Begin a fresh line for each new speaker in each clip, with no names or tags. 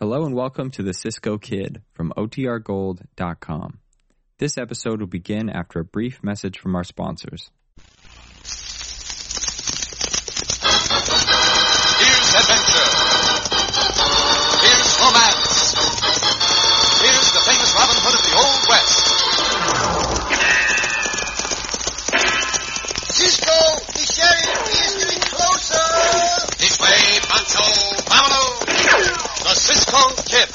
Hello and welcome to the Cisco Kid from OTRGold.com. This episode will begin after a brief message from our sponsors.
Here's adventure. Here's romance. Here's the famous Robin Hood of the Old West.
Cisco, the sheriff, he is getting closer.
This way, Pancho, Vámonos. The Cisco Kid.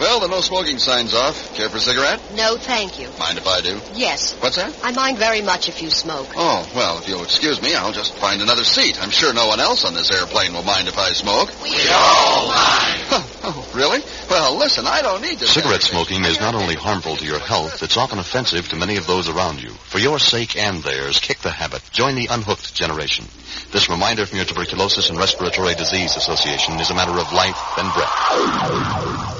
Well, the no smoking sign's off. Care for a cigarette?
No, thank you.
Mind if I do?
Yes,
What's that?
I mind very much if you smoke.
Oh, well, if you'll excuse me, I'll just find another seat. I'm sure no one else on this airplane will mind if I smoke.
We
Oh, oh, really? Well, listen, I don't need this.
Cigarette smoking is not only harmful to your health, it's often offensive to many of those around you. For your sake and theirs, kick the habit. Join the unhooked generation. This reminder from your Tuberculosis and Respiratory Disease Association is a matter of life and breath.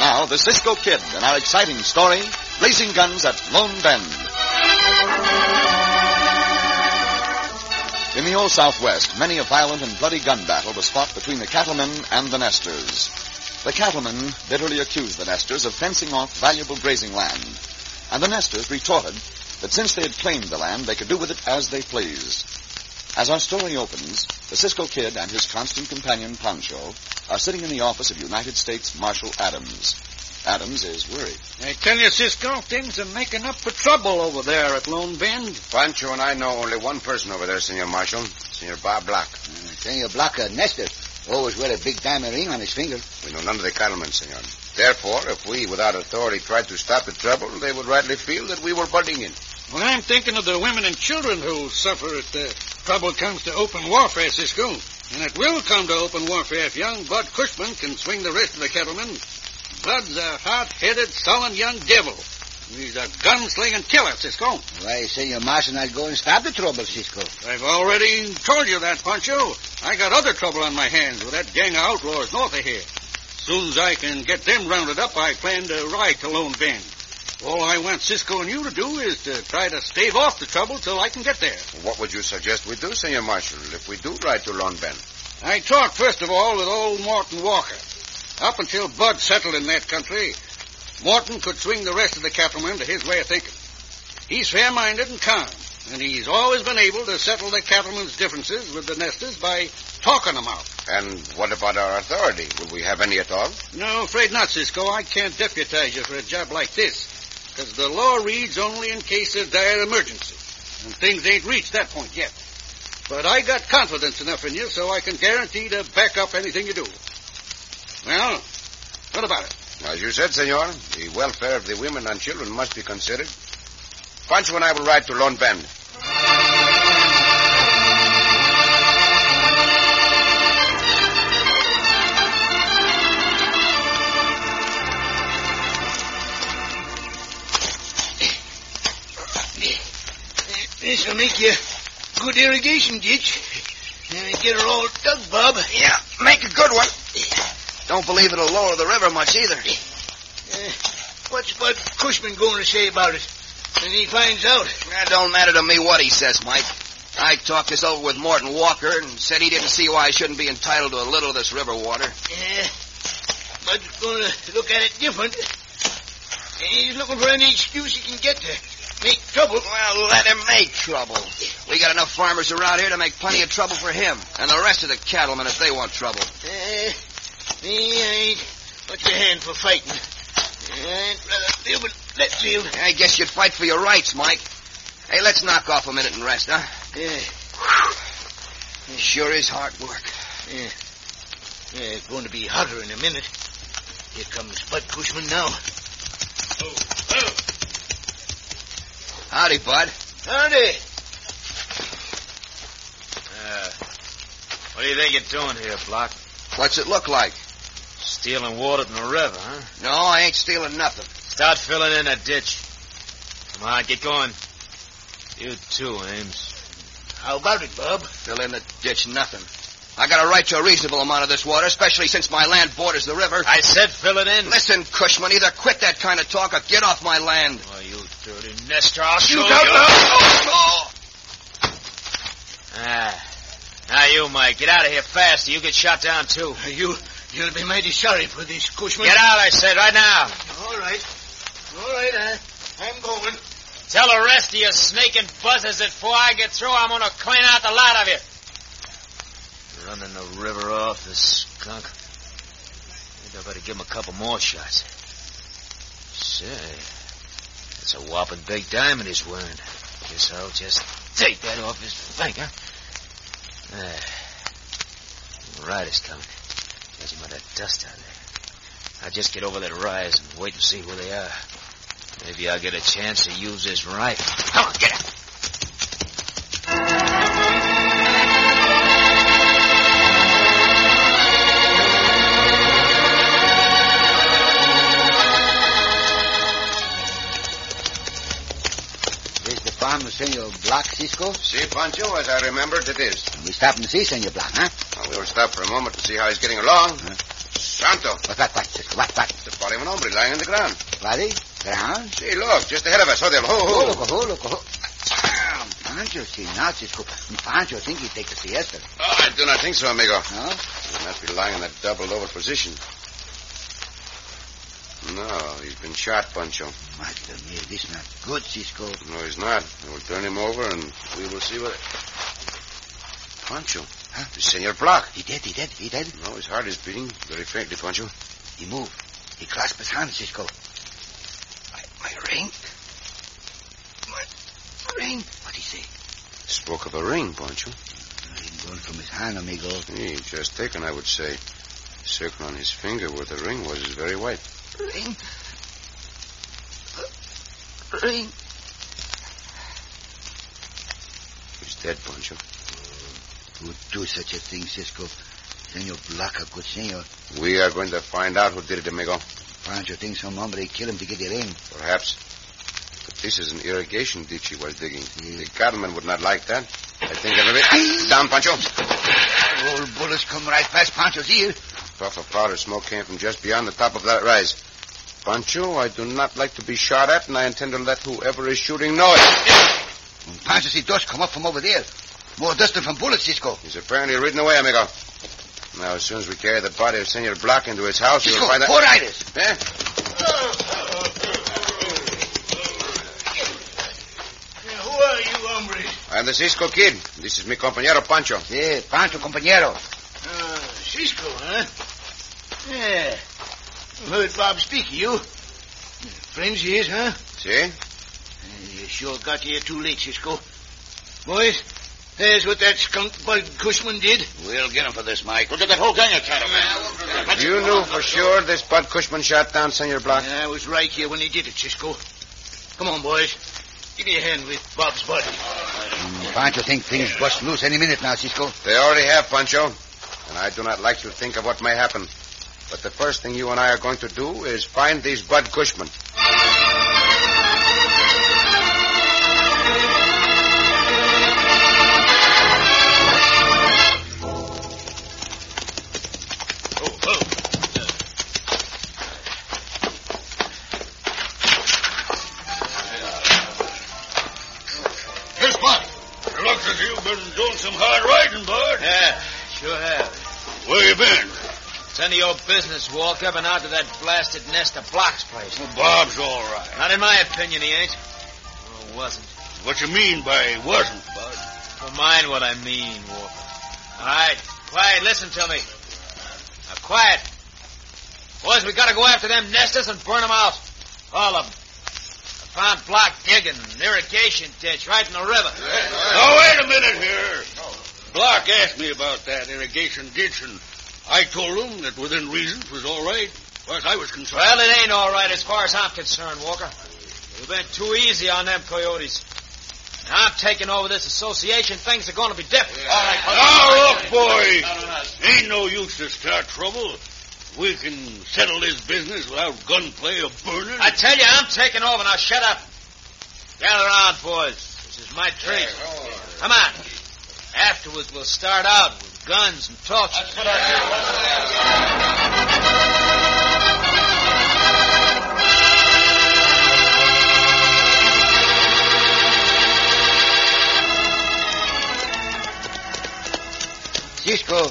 Now, the Cisco Kid and our exciting story, Blazing Guns at Lone Bend. In the old Southwest, many a violent and bloody gun battle was fought between the cattlemen and the nesters. The cattlemen bitterly accused the nesters of fencing off valuable grazing land, and the nesters retorted that since they had claimed the land, they could do with it as they pleased. As our story opens, the Cisco Kid and his constant companion, Pancho, are sitting in the office of United States Marshal Adams. Adams is worried.
I tell you, Cisco, things are making up for trouble over there at Lone Bend.
Pancho and I know only one person over there, Senor Marshal. Senor Bob Block.
Senor Blocker, Nestor, always wear a big diamond ring on his finger.
We know none of the cattlemen, Senor. Therefore, if we, without authority, tried to stop the trouble, they would rightly feel that we were butting in.
Well, I'm thinking of the women and children who suffer if the trouble comes to open warfare, Cisco. And it will come to open warfare if young Bud Cushman can swing the rest of the cattlemen. Bud's a hot-headed, sullen young devil. He's a gunslinging killer, Cisco.
Why, Senor Marshal, not go and stop the trouble, Cisco.
I've already told you that, Poncho. I got other trouble on my hands with that gang of outlaws north of here. Soon as I can get them rounded up, I plan to ride to Lone Bend. All I want Cisco and you to do is to try to stave off the trouble till I can get there.
What would you suggest we do, Senor Marshal, if we do ride to Lone Bend?
I talked, first of all, with old Morton Walker. Up until Bud settled in that country, Morton could swing the rest of the cattlemen to his way of thinking. He's fair-minded and calm, and he's always been able to settle the cattlemen's differences with the nesters by talking them out.
And what about our authority? Will we have any at all?
No, afraid not, Cisco. I can't deputize you for a job like this. Because the law reads only in case of dire emergency. And things ain't reached that point yet. But I got confidence enough in you so I can guarantee to back up anything you do. Well, what about it?
As you said, Senor, the welfare of the women and children must be considered. Pancho and I will ride to Lone Bend.
This'll make you a good irrigation ditch. get her all dug, Bob.
Yeah, make a good one. Don't believe it'll lower the river much either.
Uh, What's Bud Cushman going to say about it? And he finds out.
It don't matter to me what he says, Mike. I talked this over with Morton Walker and said he didn't see why I shouldn't be entitled to a little of this river water.
Yeah. Bud's going to look at it different. And he's looking for any excuse he can get to make trouble.
Well, let him make trouble. We got enough farmers around here to make plenty of trouble for him and the rest of the cattlemen if they want trouble.
Uh,
He ain't but your hand for fighting. I'd rather live and let live.
I guess you'd fight for your rights, Mike. Hey, let's knock off a minute and rest, huh?
Yeah,
Whew. It sure is hard work.
yeah. Yeah, it's going to be hotter in a minute. Here comes Bud Cushman now.
Howdy, Bud.
Howdy.
Uh, what do you think you're doing here, Block?
What's it look like?
Stealing water from the river, huh?
No, I ain't stealing nothing.
Start filling in a ditch. Come on, get going. You too, Ames.
How about it, Bob?
Fill in the ditch, nothing. I got a right to a reasonable amount of this water, especially since my land borders the river.
I said fill it in.
Listen, Cushman, either quit that kind of talk or get off my land.
Well, Oh, you dirty nester, I'll show
You
you.
don't know.
Ah. Now you, Mike, get out of here fast or you get shot down too.
You, you'll be mighty sorry for this, Cushman.
Get out, I said, right now.
All right. All right, I, I'm going.
Tell the rest of you snaking buzzers that before I get through, I'm gonna clean out the lot of you. Running the river off, this skunk. Think I better give him a couple more shots. Say, that's a whopping big diamond he's wearing. Guess I'll just take that off his finger. Ah, rider's coming. Judging by that dust out there. I'll just get over that rise and wait and see where they are. Maybe I'll get a chance to use this rifle. Come on, get up.
This the farm of Senor Block, Cisco?
See, Pancho, as I remembered, it is.
We stopped and see Senor Block, huh?
Well, we'll stop for a moment to see how he's getting along. Santo,
What, what, what, Cisco? What, what?
the body of an hombre lying on the ground.
Body? Ground?
See, look, just ahead of us. Oh, there. Ho,
Oh,
ho.
look, oh, look, oh. Ah, Pancho, see, now, Cisco. Pancho think he take a siesta.
Oh, I do not think so, amigo.
No?
He must be lying in that doubled over position. No, he's been shot, Pancho.
Master, me, this not good, Cisco.
No, he's not. I will turn him over and we will see what. Pancho. Huh? The Senor Block.
He dead, he dead, he dead.
No, his heart is beating very faintly, Pancho.
He moved. He clasped his hand, Cisco. My, my ring? My ring? What'd he say?
Spoke of a ring, Pancho.
Ring gone from his hand, amigo.
He just taken, I would say. Circle on his finger where the ring was is very white.
Ring? Ring?
He's dead, Pancho.
Who do such a thing, Cisco? Senor Block, a good senor.
We are going to find out who did it, amigo.
Pancho think some hombre kill him to get the ring.
Perhaps. But this is an irrigation ditch he was digging. The cattleman would not like that. I think everybody... Down, Pancho.
Old bullets come right past Pancho's ear.
puff of powder smoke came from just beyond the top of that rise. Pancho, I do not like to be shot at, and I intend to let whoever is shooting know it.
And Pancho see dust come up from over there. More dust than from bullets, Cisco.
He's apparently ridden away, amigo. Now, as soon as we carry the body of Senor Block into his house,
Cisco,
you'll find that...
four riders.
Eh?
Yeah, who are you, hombre?
I'm the Cisco Kid. This is mi compañero Pancho.
Yeah, Pancho, compañero.
Uh, Cisco, huh? Yeah. Heard Bob speak of you. Friends he is, huh?
See?
You sure got here too late, Cisco. Boys, there's what that skunk Bud Cushman did.
We'll get him for this, Mike.
Look at that whole gang of cattlemen.
You knew for sure this Bud Cushman shot down Senor Block.
I was right here when he did it, Cisco. Come on, boys. Give me a hand with Bob's body.
Mm, Pancho think things bust loose any minute now, Cisco.
They already have, Pancho. And I do not like to think of what may happen. But the first thing you and I are going to do is find these Bud Cushmen.
Oh, oh.
His body. Looks as you've been doing some hard riding, bud. Yeah, sure have. Where you been? It's any old business walk up and out to that blasted nest of Block's place. Well, Bob's all right. Not in my opinion, he ain't. Or wasn't. What you mean by wasn't, bud? Don't mind what I mean, Walker. All right, quiet. Listen to me. Now, quiet. Boys, we gotta go after them nesters and burn them out. All of them. I found block digging an irrigation ditch right in the river.
Now, wait a minute here. Block asked me about that irrigation ditch, and I told him that within reason it was all right, as far as I was concerned.
Well, it ain't all right as far as I'm concerned, Walker. We've been too easy on them coyotes. Now I'm taking over this association. Things are going to be different.
All right. Now, look, boy. Ain't no use to start trouble. We can settle this business without gunplay or burning.
I tell you, I'm taking over. Now shut up. Gather around, boys. This is my treat. Come on. Afterwards, we'll start out with guns and torches. That's what I do.
Cisco,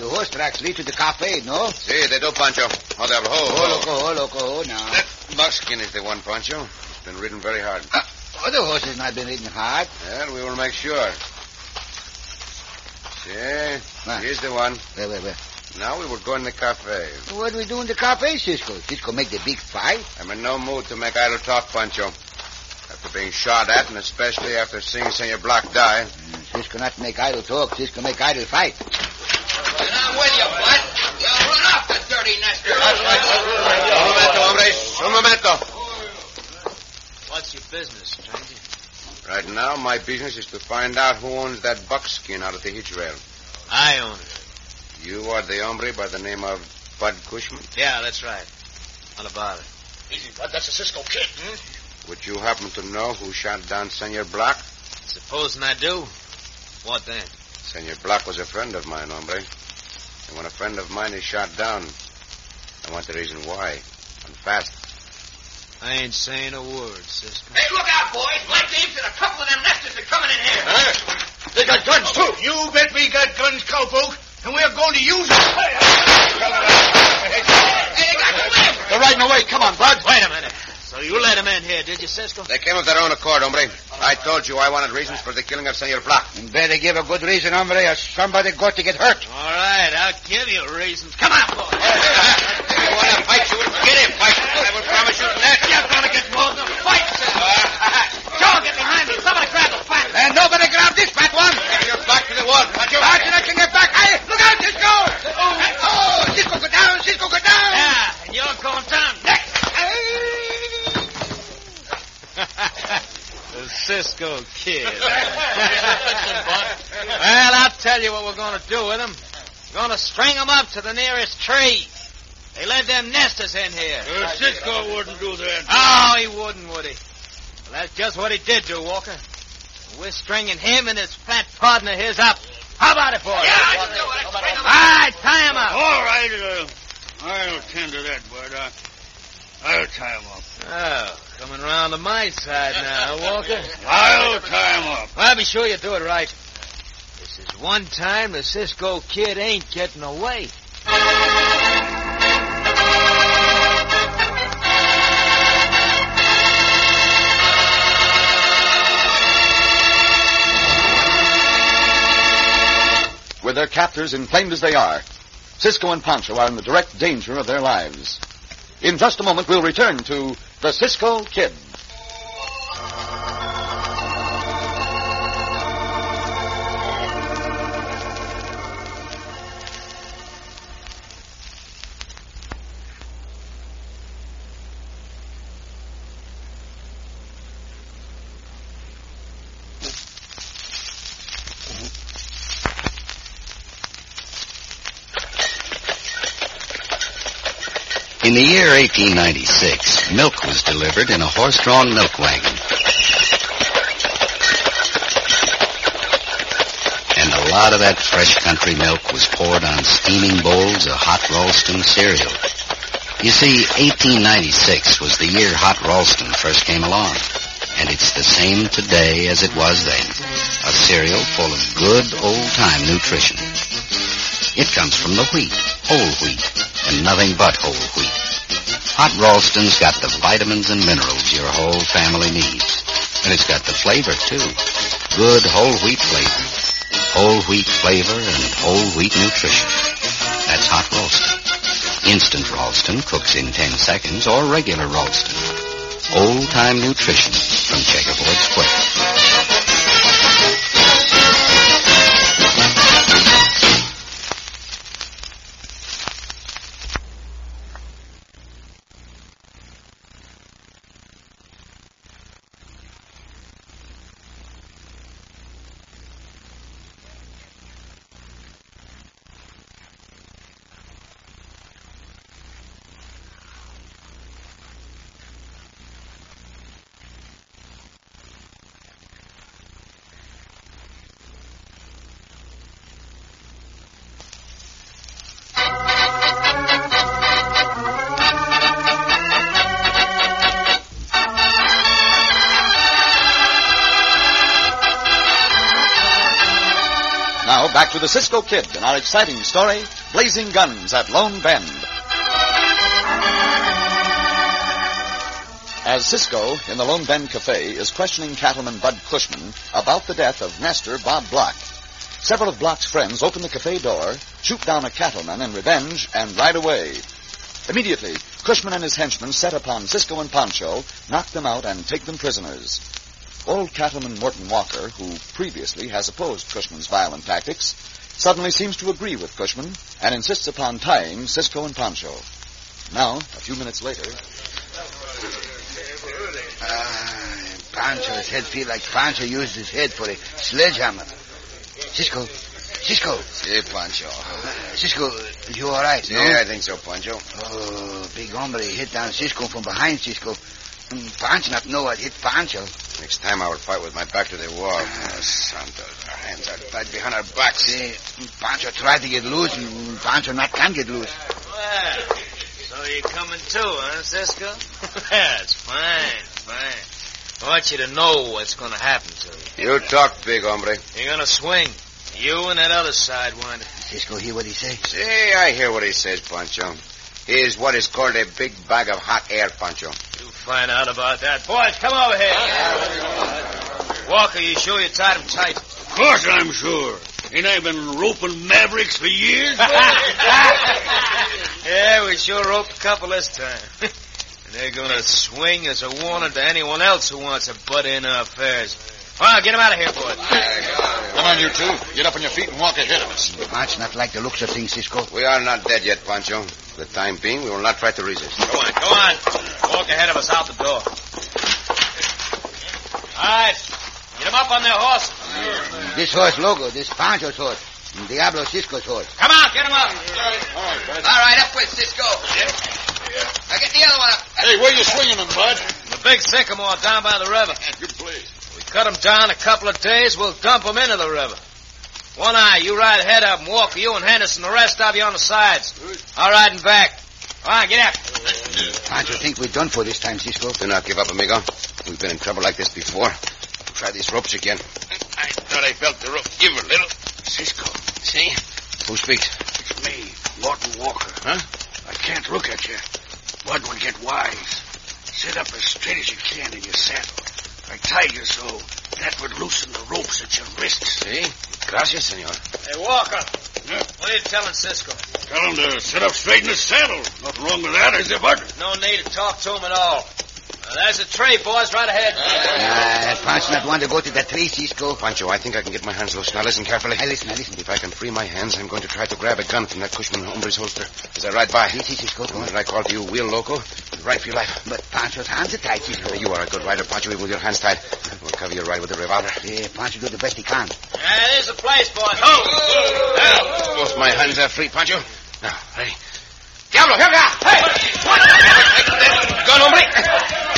the horse tracks lead to the cafe, no?
See, si, they do, Pancho. Oh, devil. Oh,
oh, loco, oh, loco, oh, now.
That buckskin is the one, Pancho. Been ridden very hard.
Uh, other horses not been ridden hard.
Well, we will make sure. See, si, here's the one.
Ah. Wait, wait, wait.
Now we will go in the cafe.
What do we do in the cafe, Cisco? Cisco make the big fight?
I'm in no mood to make idle talk, Pancho. After being shot at, and especially after seeing Senor Block die.
Mm, Cisco not make idle talk. Cisco make idle fight.
Now, will you, bud? You run off the dirty nester.
That's right. Un momento, hombres. Un momento.
What's your business, stranger?
Right now, my business is to find out who owns that buckskin out at the hitch rail.
I own it.
You are the hombre by the name of Bud Cushman?
Yeah, that's right. What about it?
Easy, Bud. That's a Cisco kid. Hmm?
Would you happen to know who shot down Senor Block?
Supposing I do. What then?
Senor Block was a friend of mine, hombre. And when a friend of mine is shot down, I want the reason why. And fast.
I ain't saying a word, sister.
Hey, look out, boys! Black Dave's and a couple of them nesters are coming in here.
Huh? They got guns, too.
You bet we got guns, cowpoke. And we're going to use them. Hey,
they got guns.
They're riding away. Come on, Bud.
Wait a minute. So you let them in here, did you, Cisco?
They came of their own accord, hombre. I told you I wanted reasons for the killing of Senor Block.
And better give a good reason, hombre, or somebody got to get hurt.
All right, I'll give you reasons. Come on, boy.
If you want to fight, you will get him, fight. I will promise you that.
You're going to get more than a fight, Cisco. Joe, get behind me. Somebody grab the fat one.
And nobody grab this fat one.
You're back to the wall.
But you're back to get back. Hey, look out, Cisco. Oh, oh Cisco, go down. Cisco, go down.
Yeah, Ah, and you're going down next. the Cisco kid. well, I'll tell you what we're going to do with them. We're going to string them up to the nearest tree. They let them nesters in here.
Uh, Cisco wouldn't do that.
Oh, he wouldn't, would he? Well, that's just what he did do, Walker. We're stringing him and his fat partner his up. How about it, boys?
Yeah, I do it. All
right, tie him up.
All right, uh, I'll tend to that, but uh, I'll tie him up.
Oh, coming round to my side now, Walker.
I'll tie him up.
I'll be sure you do it right. This is one time the Cisco kid ain't getting away.
With their captors inflamed as they are, Cisco and Pancho are in the direct danger of their lives. In just a moment, we'll return to The Cisco Kid.
In the year 1896, milk was delivered in a horse-drawn milk wagon. And a lot of that fresh country milk was poured on steaming bowls of hot Ralston cereal. You see, 1896 was the year hot Ralston first came along. And it's the same today as it was then. A cereal full of good old-time nutrition. It comes from the wheat, whole wheat, and nothing but whole wheat. Hot Ralston's got the vitamins and minerals your whole family needs. And it's got the flavor, too. Good whole wheat flavor. Whole wheat flavor and whole wheat nutrition. That's Hot Ralston. Instant Ralston cooks in 10 seconds or regular Ralston. Old time nutrition from Checkerboard Square.
back to the Cisco Kid and our exciting story, Blazing Guns at Lone Bend. As Cisco, in the Lone Bend Cafe, is questioning cattleman Bud Cushman about the death of Nestor Bob Block, several of Block's friends open the cafe door, shoot down a cattleman in revenge, and ride away. Immediately, Cushman and his henchmen set upon Cisco and Pancho, knock them out, and take them prisoners. Old cattleman Morton Walker, who previously has opposed Cushman's violent tactics, suddenly seems to agree with Cushman and insists upon tying Cisco and Pancho. Now, a few minutes later.
Uh, Pancho's head feels like Pancho used his head for a sledgehammer. Cisco, Cisco.
Si, Pancho.
Uh, Cisco, you all right?
Yeah, no? I think so, Pancho.
Oh, big hombre hit down Cisco from behind Cisco. Mm, Pancho not know what hit Pancho.
Next time I will fight with my back to the wall.
Ah,
oh, Santos,
our hands are tied behind our backs. See, Pancho tried to get loose, and Pancho not can get loose.
Well, so you're coming too, huh, Cisco? That's fine, fine. I want you to know what's going to happen to
you. You talk big, hombre.
You're going to swing. You and that other side one.
Cisco hear what he says?
See, I hear what he says, Pancho. He is what is called a big bag of hot air, Pancho
find out about that. Boys, come over here. Walker, you sure you tied him tight?
Of course I'm sure. Ain't I been roping mavericks for years?
yeah, we sure roped a couple this time. and they're gonna swing as a warning to anyone else who wants to butt in our affairs. Well, get him out of here, boys.
Come on, you two. Get up on your feet and walk ahead of us.
That's not like the looks of things, Cisco.
We are not dead yet, Pancho. For the time being, we will not try to resist.
Go on, go on. Walk ahead of us out the door. All right. Get him up on their horse.
This horse, Logo. This Pancho's horse. Diablo Cisco's horse.
Come on, get him up.
All right, All right up with Cisco. Yeah. I get the other one up.
Hey, where you swinging him, bud?
The big sycamore down by the river.
Good place.
We cut him down a couple of days, we'll dump him into the river. One eye, you ride ahead of him, Walker, you and Henderson, the rest of you on the sides. I'll ride him back. All right, get
up. Don't you think we're done for this time, Cisco?
Do not give up, amigo. We've been in trouble like this before. Try these ropes again.
I thought I felt the rope give a little.
Cisco, see?
Who speaks?
It's me, Morton Walker.
Huh?
I can't look at you. Bud would get wise. Sit up as straight as you can in your saddle. I tie you so that would loosen the ropes at your wrists.
See? Si. Gracias, senor.
Hey, Walker. Yeah? What are you telling Cisco?
Tell him to sit up straight in his saddle. Nothing wrong with that, is there, bud?
No need to talk to him at all. Uh, there's a tree, boys, right ahead.
Uh, Pancho not want to go to that tree, Cisco.
Pancho, I think I can get my hands loose. Now listen carefully.
I listen, I listen.
If I can free my hands, I'm going to try to grab a gun from that Cushman hombre's holster as I ride by.
See, si, si, Cisco, go
on. I call to you, wheel loco, ride for your life.
But Pancho's hands are tied, Cisco.
You are a good rider, Pancho, even with your hands tied. We'll cover your ride with the revolver.
Yeah, Pancho do the best he can.
Yeah, there's the place, boys. Oh!
oh. Now, both my hands are free, Pancho. Now, ready? Diablo, here we are. Hey!
Gun, hombre.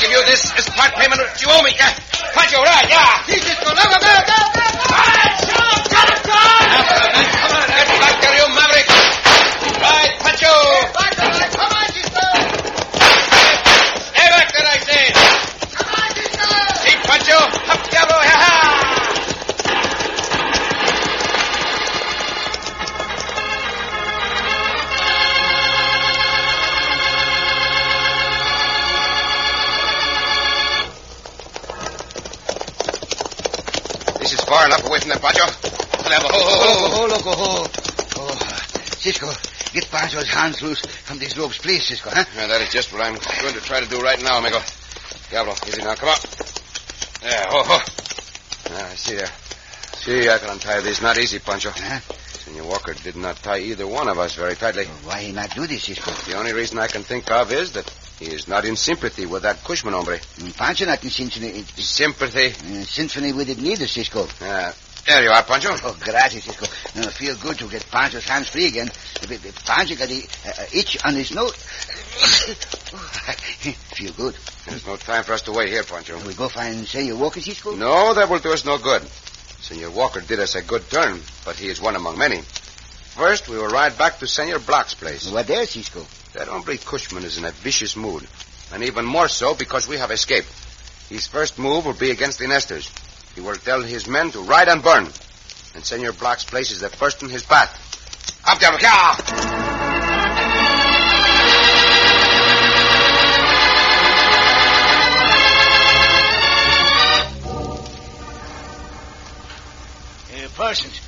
Give you this as part payment you owe me. Yeah. Pancho, right, yeah. Jesus, go, go, go, go, go, go. All right, shut up, shut up, son. Come on, get back there, you maverick. Right, Pancho. Back there, come on, Cisco. Stay back there, I say. Come on, Cisco. See, Pancho, up, Diablo, ha, ha.
far enough away from them, Pancho. We'll have a ho, ho,
ho. Ho, ho, loco, ho. Oh, Cisco,
Get Pancho's hands loose from these ropes, please, Cisco, huh?
Yeah, that is just what I'm going to try to do right now, amigo. Diablo, easy now. Come on. There, ho, ho. Ah, I see. Uh, see, I can untie these. Not easy, Pancho.
Huh?
Senor Walker did not tie either one of us very tightly.
Why he not do this, Cisco?
The only reason I can think of is that he is not in sympathy with that Cushman hombre.
Mm, Pancho not in symphony.
Sympathy?
Uh, symphony with it neither, Cisco.
Ah, there you are, Pancho.
Oh, gracias, Cisco. No, feel good to get Pancho's hands free again. B- b- Pancho got a uh, itch on his nose. feel good.
There's no time for us to wait here, Pancho.
We go find Senor Walker, Cisco?
No, that will do us no good. Senor Walker did us a good turn, but he is one among many. First, we will ride back to Senor Block's place.
What there, Cisco?
That hombre Cushman is in a vicious mood, and even more so because we have escaped. His first move will be against the Nestors. He will tell his men to ride and burn, and Senor Block's place is the first in his path. Up there, yeah!
Parsons,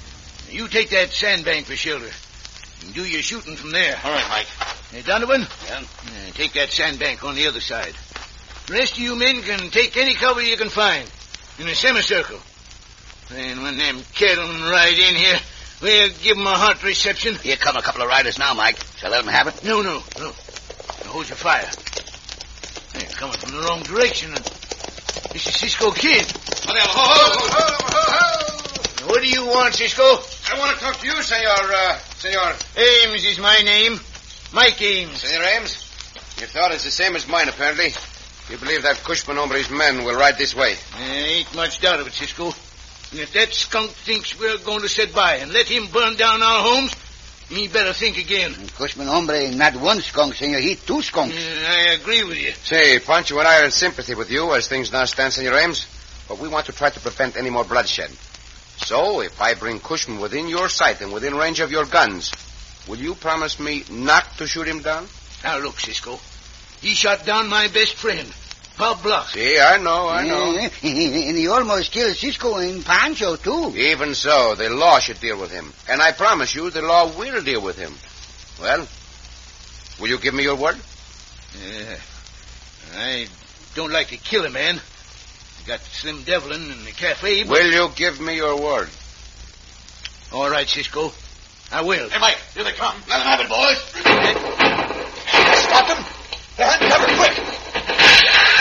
you take that sandbank for shelter. And do your shooting from there.
All right, Mike.
Hey, Donovan?
Yeah?
Uh, take that sandbank on the other side. The rest of you men can take any cover you can find in a semicircle. And when them cattlemen ride in here, we'll give 'em a hot reception.
Here come a couple of riders now, Mike. Shall I let 'em have it?
No, no, no. Now hold your fire. They're coming from the wrong direction. This is Cisco Kid. What do you want, Cisco?
I want to talk to you, Senor, uh, Senor.
Ames is my name. Mike Ames.
Senor Ames, your thought is the same as mine, apparently. You believe that Cushman hombre's men will ride this way?
There ain't much doubt of it, Cisco. And if that skunk thinks we're going to sit by and let him burn down our homes, me better think again.
And Cushman hombre, not one skunk, senor. He two skunks.
Uh, I agree with you.
Say, Pancho and I are in sympathy with you as things now stand, Senor Ames. But we want to try to prevent any more bloodshed. So, if I bring Cushman within your sight and within range of your guns, will you promise me not to shoot him down?
Now, look, Cisco. He shot down my best friend, Bob Block.
See, I know, I know.
and he almost killed Cisco and Pancho, too.
Even so, the law should deal with him. And I promise you, the law will deal with him. Well, will you give me your word?
Yeah. I don't like to kill a man got Slim Devlin in the cafe. But...
Will you give me your word?
All right, Cisco. I will.
Hey, Mike, here they come.
Let them have it, boys. Stop them. They're hunting cover quick.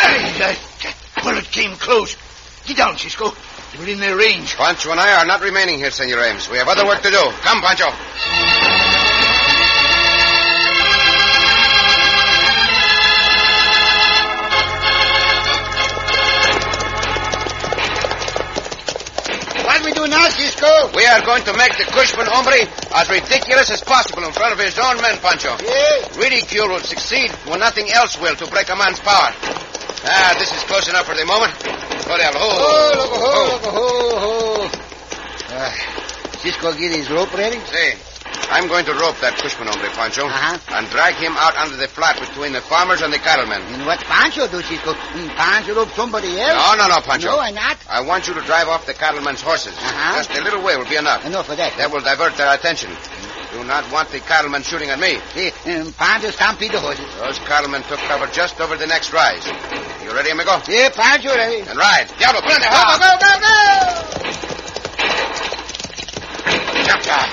Hey, that bullet came close. Get down, Cisco. They're within their range.
Pancho and I are not remaining here, Senor Ames. We have other work to do. Come, Pancho.
now, Cisco?
We are going to make the Cushman hombre as ridiculous as possible in front of his own men, Pancho.
Yes.
Ridicule will succeed when nothing else will to break a man's power. Ah, this is close enough for the moment. Go down. Ho,
ho, ho, ho, ho, ho. Uh, oh, Cisco, get his rope ready.
See, I'm going to rope that Cushman hombre, Pancho,
uh-huh.
and drag him out under the flat between the farmers and the cattlemen.
And what Pancho do, Cisco? Pancho rope somebody else?
No, no, no, Pancho.
No, I not.
I want you to drive off the cattlemen's horses.
Uh-huh.
Just a little way will be enough.
Enough for that.
That will divert their attention. Do not want the cattlemen shooting at me.
See, um, Pancho stampede the horses.
Those cattlemen took cover just over the next rise. You ready, amigo?
Yeah, Pancho ready.
And ride. Diablo, put in there.
Go, go, go, go!
Jump, jump.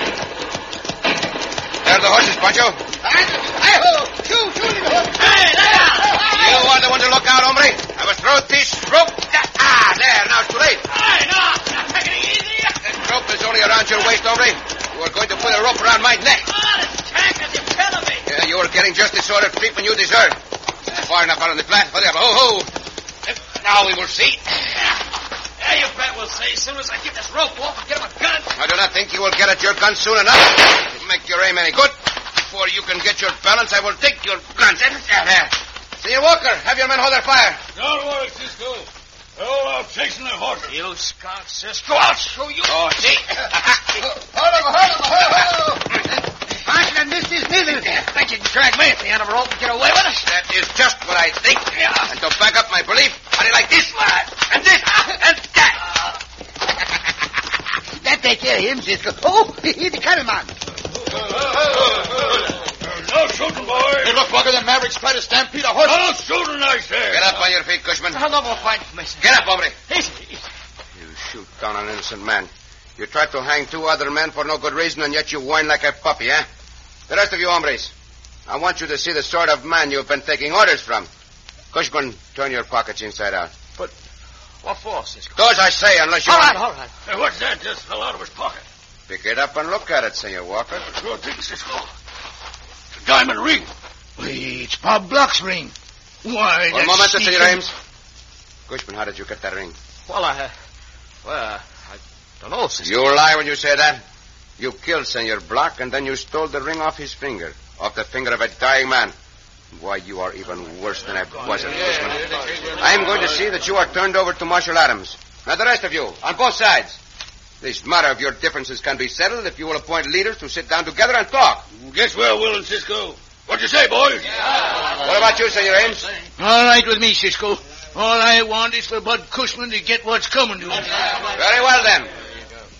There are the horses, Pancho.
Hey-ho! Shoot, shoot the horse.
Hey, there! You are the one to look out, hombre. I must throw this rope. Ah, there, now it's too late.
Hey, now, take it easy.
That rope is only around your waist, hombre. You are going to put a rope around my neck.
Oh, this tackle, you're killing me.
Yeah, you are getting just the sort of treatment you deserve. Far enough out on the flat. Whatever. Ho, ho. Now we will see.
Yeah, you bet we'll see. As soon as I get this rope off and get him a gun.
I do not think you will get at your gun soon enough. You make your aim any good. Before you can get your balance, I will take your guns. Senor Walker, have your men hold their fire.
Don't worry, Cisco. They're all out chasing their horses.
You skunk, Cisco. I'll show you.
Oh, see?
hold on, hold on, hold on. I can miss this neither.
I think you can drag me at the end of a rope and get away with it?
That is just what I think.
Yeah.
And to back up my belief, I like this lad, and this, and that.
that take care of him, Cisco. Oh, he's the cattleman.
No shooting, boy.
Hey, look, Walker, the Mavericks try to stampede a horse.
No shooting, I say.
Get up on your feet, Cushman.
No, no more fight, mister.
Get up, hombre.
Easy.
You shoot down an innocent man. You tried to hang two other men for no good reason, and yet you whine like a puppy, eh? The rest of you hombres, I want you to see the sort of man you've been taking orders from. Cushman, turn your pockets inside out.
But what for, Cisco?
Do as I say, unless you
All
want...
right, all right.
Hey, what's that just fell out of his pocket?
Pick it up and look at it, Senor Walker.
Sure thing, Cisco. It's a diamond ring.
Wait, it's Bob Block's ring. Why,
One
that's
moment, Senor
sneaking-
Ames. Cushman, how did you get that ring?
Well, I, uh, well, I don't know, Cisco.
You lie when you say that. You killed Senor Block, and then you stole the ring off his finger, off the finger of a dying man. Why, you are even worse than I was, Cushman. I'm going to see that you are turned over to Marshal Adams. Now, the rest of you, on both sides. This matter of your differences can be settled if you will appoint leaders to sit down together and talk.
Guess we're willing, Cisco. What you say, boys?
What about you, Senor Ames?
All right with me, Cisco. All I want is for Bud Cushman to get what's coming to him.
Very well, then.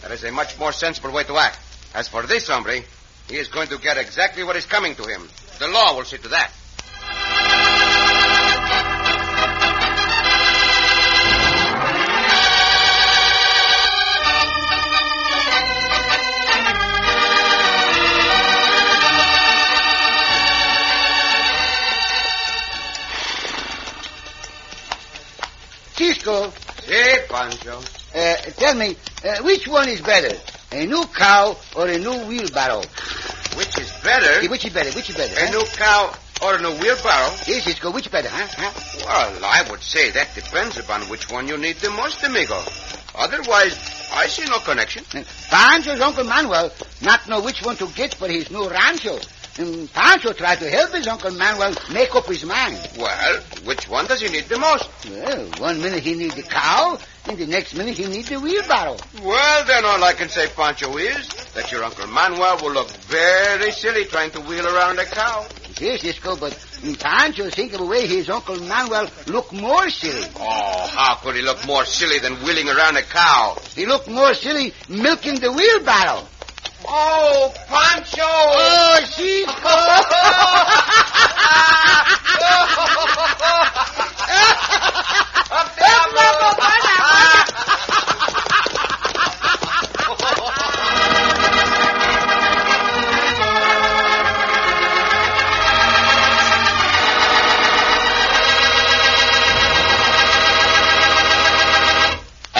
That is a much more sensible way to act. As for this hombre, he is going to get exactly what is coming to him. The law will see to that.
Cisco,
See, Pancho.
uh, tell me, uh, which one is better? A new cow or a new wheelbarrow?
Which is better?
Eh, Which is better? Which is better?
A
huh?
new cow or a new wheelbarrow?
Yes, Cisco, which better, huh? huh?
Well, I would say that depends upon which one you need the most, amigo. Otherwise, I see no connection.
Pancho's Uncle Manuel not know which one to get for his new rancho. And Pancho tried to help his Uncle Manuel make up his mind.
Well, which one does he need the most?
Well, one minute he need the cow, and the next minute he need the wheelbarrow.
Well, then all I can say, Pancho, is that your Uncle Manuel will look very silly trying to wheel around a cow.
Yes, Cisco, but Pancho think of a way his Uncle Manuel look more silly.
Oh, how could he look more silly than wheeling around a cow?
He look more silly milking the wheelbarrow.
Oh, Pancho!
Oh, Cisco!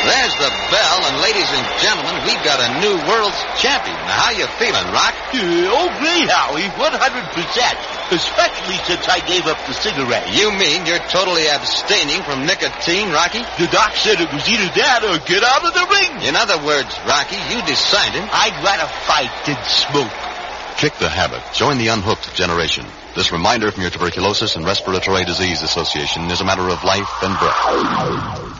There's the bell, and ladies and gentlemen, we've got a new world's champion. Now, how you feeling, Rock?
Oh, great, Howie. 100%. Especially since I gave up the cigarette.
You mean you're totally abstaining from nicotine, Rocky?
The doc said it was either that or get out of the ring.
In other words, Rocky, you decided.
I'd rather fight than smoke.
Kick the habit. Join the unhooked generation. This reminder from your Tuberculosis and Respiratory Disease Association is a matter of life and breath.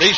Be